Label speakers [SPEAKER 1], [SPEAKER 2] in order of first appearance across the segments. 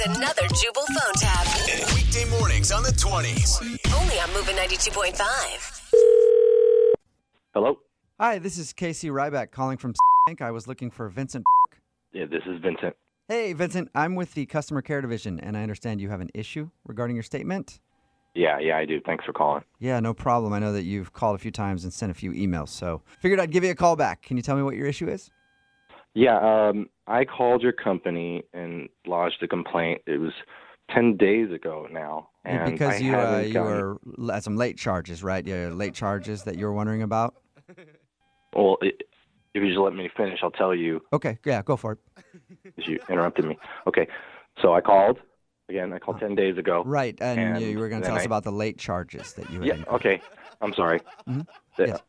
[SPEAKER 1] another Jubal phone tab.
[SPEAKER 2] Weekday mornings on the 20s.
[SPEAKER 1] Only on Moving 92.5.
[SPEAKER 3] Hello.
[SPEAKER 4] Hi, this is Casey Ryback calling from Bank. I was looking for Vincent.
[SPEAKER 3] Yeah, this is Vincent.
[SPEAKER 4] Hey, Vincent, I'm with the customer care division, and I understand you have an issue regarding your statement.
[SPEAKER 3] Yeah, yeah, I do. Thanks for calling.
[SPEAKER 4] Yeah, no problem. I know that you've called a few times and sent a few emails, so figured I'd give you a call back. Can you tell me what your issue is?
[SPEAKER 3] Yeah, um, I called your company and lodged a complaint. It was ten days ago now, and I
[SPEAKER 4] because you uh,
[SPEAKER 3] haven't
[SPEAKER 4] you
[SPEAKER 3] gotten-
[SPEAKER 4] were l- at some late charges, right? Yeah, late charges that you were wondering about.
[SPEAKER 3] well. It, if you just let me finish, I'll tell you.
[SPEAKER 4] Okay, yeah, go for it.
[SPEAKER 3] 'cause You interrupted me. Okay, so I called again. I called ten days ago.
[SPEAKER 4] Oh, Right, and, you,
[SPEAKER 3] And
[SPEAKER 4] you were going to
[SPEAKER 3] then
[SPEAKER 4] tell us
[SPEAKER 3] I-
[SPEAKER 4] about the late charges that you had.
[SPEAKER 3] Yeah.
[SPEAKER 4] incurred.
[SPEAKER 3] Okay. I'm sorry.
[SPEAKER 4] Mhm.
[SPEAKER 3] The-
[SPEAKER 4] Yes.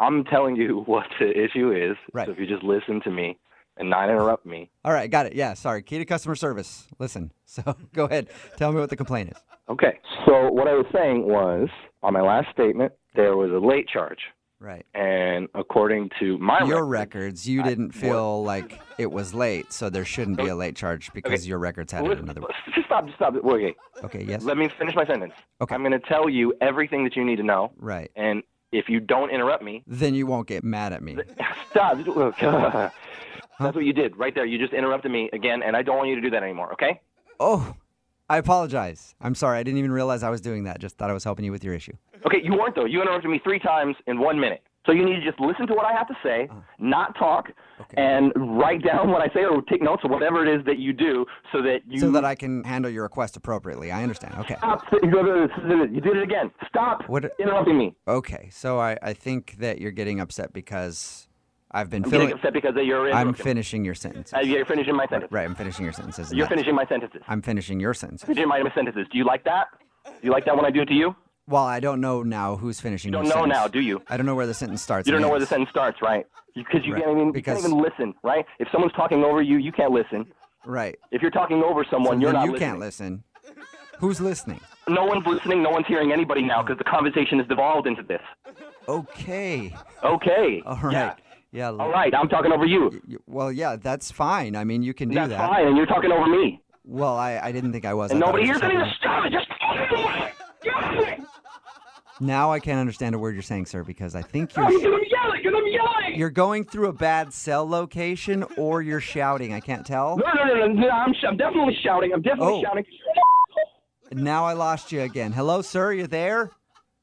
[SPEAKER 3] I'm telling you what the issue is.
[SPEAKER 4] Right.
[SPEAKER 3] So if you just listen to me and not interrupt me.
[SPEAKER 4] All right, got it. Yeah, sorry. Key to customer service. Listen, so go ahead. Tell me what the complaint is.
[SPEAKER 3] Okay. So what I was saying was on my last statement there was a late charge.
[SPEAKER 4] Right.
[SPEAKER 3] and according to my
[SPEAKER 4] your
[SPEAKER 3] records-
[SPEAKER 4] records, you didn't feel like it was late, so there shouldn't be a late charge because your records had it
[SPEAKER 3] Listen,
[SPEAKER 4] another.
[SPEAKER 3] just stop, just stop. Okay,
[SPEAKER 4] Okay, yes,
[SPEAKER 3] let me finish my sentence.
[SPEAKER 4] Okay.
[SPEAKER 3] I'm going to tell you everything that you need to know,
[SPEAKER 4] right.
[SPEAKER 3] and if you don't interrupt me,
[SPEAKER 4] Then you won't get mad at me.
[SPEAKER 3] stop. That's what you did right there. You just interrupted me again, and I don't want you to do that anymore. Okay?
[SPEAKER 4] Oh, I apologize. I'm sorry. I didn't even realize I was doing that. Just thought I was helping you with your issue.
[SPEAKER 3] Okay, you weren't though. You interrupted me three times in one minute. So you need to just listen to what I have to say,
[SPEAKER 4] Uh-huh.
[SPEAKER 3] not talk, and write down what I say or take notes or whatever it is that you do, so that you
[SPEAKER 4] So that I can handle your request appropriately. I understand. Okay.
[SPEAKER 3] stop. You did it again. Stop
[SPEAKER 4] What-
[SPEAKER 3] interrupting me.
[SPEAKER 4] Okay. So I, I think that you're getting upset because I've been
[SPEAKER 3] I'm
[SPEAKER 4] filling.
[SPEAKER 3] getting upset because you're in.
[SPEAKER 4] I'm finishing your sentences.
[SPEAKER 3] Uh, you're finishing my sentence.
[SPEAKER 4] Right. I'm finishing your sentences. and
[SPEAKER 3] You're
[SPEAKER 4] that's-
[SPEAKER 3] finishing my sentences.
[SPEAKER 4] I'm finishing your sentences.
[SPEAKER 3] Finishing my sentences. Do you like that? Do you like that when I do it to you?
[SPEAKER 4] Well, I don't know now who's finishing.
[SPEAKER 3] You don't
[SPEAKER 4] your
[SPEAKER 3] know
[SPEAKER 4] sentence.
[SPEAKER 3] now, do you?
[SPEAKER 4] I don't know where the sentence starts.
[SPEAKER 3] You don't
[SPEAKER 4] and
[SPEAKER 3] know where the
[SPEAKER 4] ends.
[SPEAKER 3] sentence starts, right? Because you,
[SPEAKER 4] Right,
[SPEAKER 3] can't even
[SPEAKER 4] because-
[SPEAKER 3] you can't even listen, right? If someone's talking over you, you can't listen.
[SPEAKER 4] Right.
[SPEAKER 3] If you're talking over someone,
[SPEAKER 4] And
[SPEAKER 3] you're
[SPEAKER 4] then
[SPEAKER 3] not
[SPEAKER 4] you
[SPEAKER 3] listening.
[SPEAKER 4] can't listen. Who's listening?
[SPEAKER 3] No one's listening. No one's hearing anybody now because the conversation has devolved into this.
[SPEAKER 4] Okay.
[SPEAKER 3] Okay.
[SPEAKER 4] All right.
[SPEAKER 3] Yeah.
[SPEAKER 4] Yeah.
[SPEAKER 3] All right. I'm talking over you.
[SPEAKER 4] y- Well, yeah, that's fine. I mean, you can do
[SPEAKER 3] That's
[SPEAKER 4] that.
[SPEAKER 3] fine, and you're talking over me,
[SPEAKER 4] Well, I, I didn't think I was.
[SPEAKER 3] and
[SPEAKER 4] I thought
[SPEAKER 3] nobody
[SPEAKER 4] I was
[SPEAKER 3] hears
[SPEAKER 4] just
[SPEAKER 3] any of this.
[SPEAKER 4] talking-
[SPEAKER 3] Stop it! Just get
[SPEAKER 4] Now I can't understand a word you're saying, sir, because I think
[SPEAKER 3] I'm
[SPEAKER 4] you're
[SPEAKER 3] yelling. I'm yelling.
[SPEAKER 4] you're going through a bad cell location or you're shouting. I can't tell.
[SPEAKER 3] No, no, no, no, no I'm, sh- I'm definitely shouting. I'm definitely
[SPEAKER 4] Oh.
[SPEAKER 3] shouting.
[SPEAKER 4] Now I lost you again. Hello, sir. You there?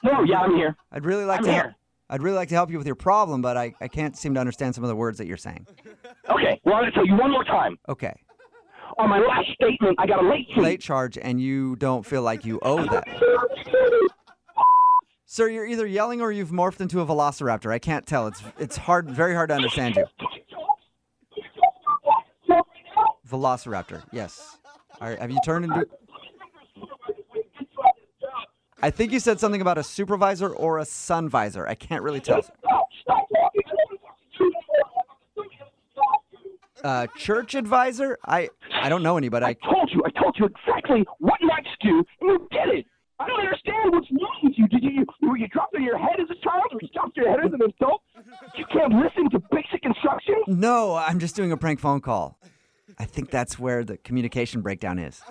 [SPEAKER 3] No, yeah, I'm here.
[SPEAKER 4] I'd really like
[SPEAKER 3] I'm
[SPEAKER 4] to. Help,
[SPEAKER 3] here.
[SPEAKER 4] I'd really like to help you with your problem, but I, I can't seem to understand some of the words that you're saying.
[SPEAKER 3] Okay, well, I'm going to tell you one more time.
[SPEAKER 4] Okay.
[SPEAKER 3] On my last statement, I got a late
[SPEAKER 4] late charge and you don't feel like you owe that. Sir, you're either yelling or you've morphed into a velociraptor. I can't tell. It's it's hard, very hard to understand you. Velociraptor. Yes. All right. Have you turned into? I think you said something about a supervisor or a sun visor. I can't really tell. sir. Uh, church advisor? I I don't know anybody. I,
[SPEAKER 3] I told you, I told you exactly what not to do, and you did it. I don't understand what's wrong with you. Did you, you were you dropped on your head as a child? Were you dropped on your head as an adult? You can't listen to basic instructions?
[SPEAKER 4] No, I'm just doing a prank phone call. I think that's where the communication breakdown is.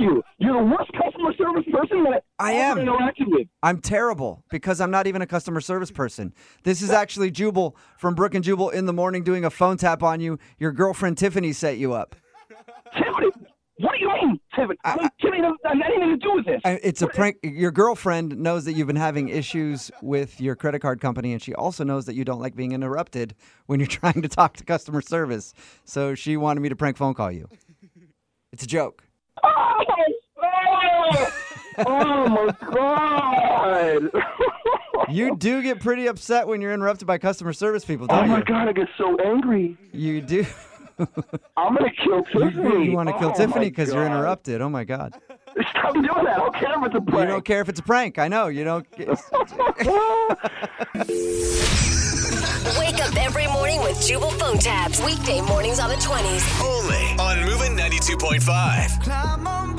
[SPEAKER 3] You, you're the worst customer service person that I
[SPEAKER 4] I am.
[SPEAKER 3] ever interacted with.
[SPEAKER 4] I'm terrible because I'm not even a customer service person. This is actually Jubal from Brook and Jubal in the morning doing a phone tap on you. Your girlfriend Tiffany set you up.
[SPEAKER 3] Tiffany, what do you mean, Tiffany? I, mean, Tiffany doesn't have anything to do with this.
[SPEAKER 4] I- Uh, It's a prank. Your girlfriend knows that you've been having issues with your credit card company, and she also knows that you don't like being interrupted when you're trying to talk to customer service. So she wanted me to prank phone call you. It's a joke.
[SPEAKER 3] Oh, oh, oh my Oh, god!
[SPEAKER 4] You do get pretty upset when you're interrupted by customer service people, don't
[SPEAKER 3] oh my
[SPEAKER 4] you?
[SPEAKER 3] god, I get so angry.
[SPEAKER 4] You do.
[SPEAKER 3] I'm gonna kill
[SPEAKER 4] You,
[SPEAKER 3] Tiffany.
[SPEAKER 4] really want to kill
[SPEAKER 3] Oh
[SPEAKER 4] Tiffany
[SPEAKER 3] my
[SPEAKER 4] because you're
[SPEAKER 3] God.
[SPEAKER 4] interrupted. Oh my God.
[SPEAKER 3] Stop doing that. I don't care if it's a
[SPEAKER 4] You
[SPEAKER 3] prank.
[SPEAKER 4] don't care if it's a prank. I know. You don't.
[SPEAKER 1] Wake up every morning with Jubal phone tabs. Weekday mornings on the 20s.
[SPEAKER 2] Only on Moving 92.5.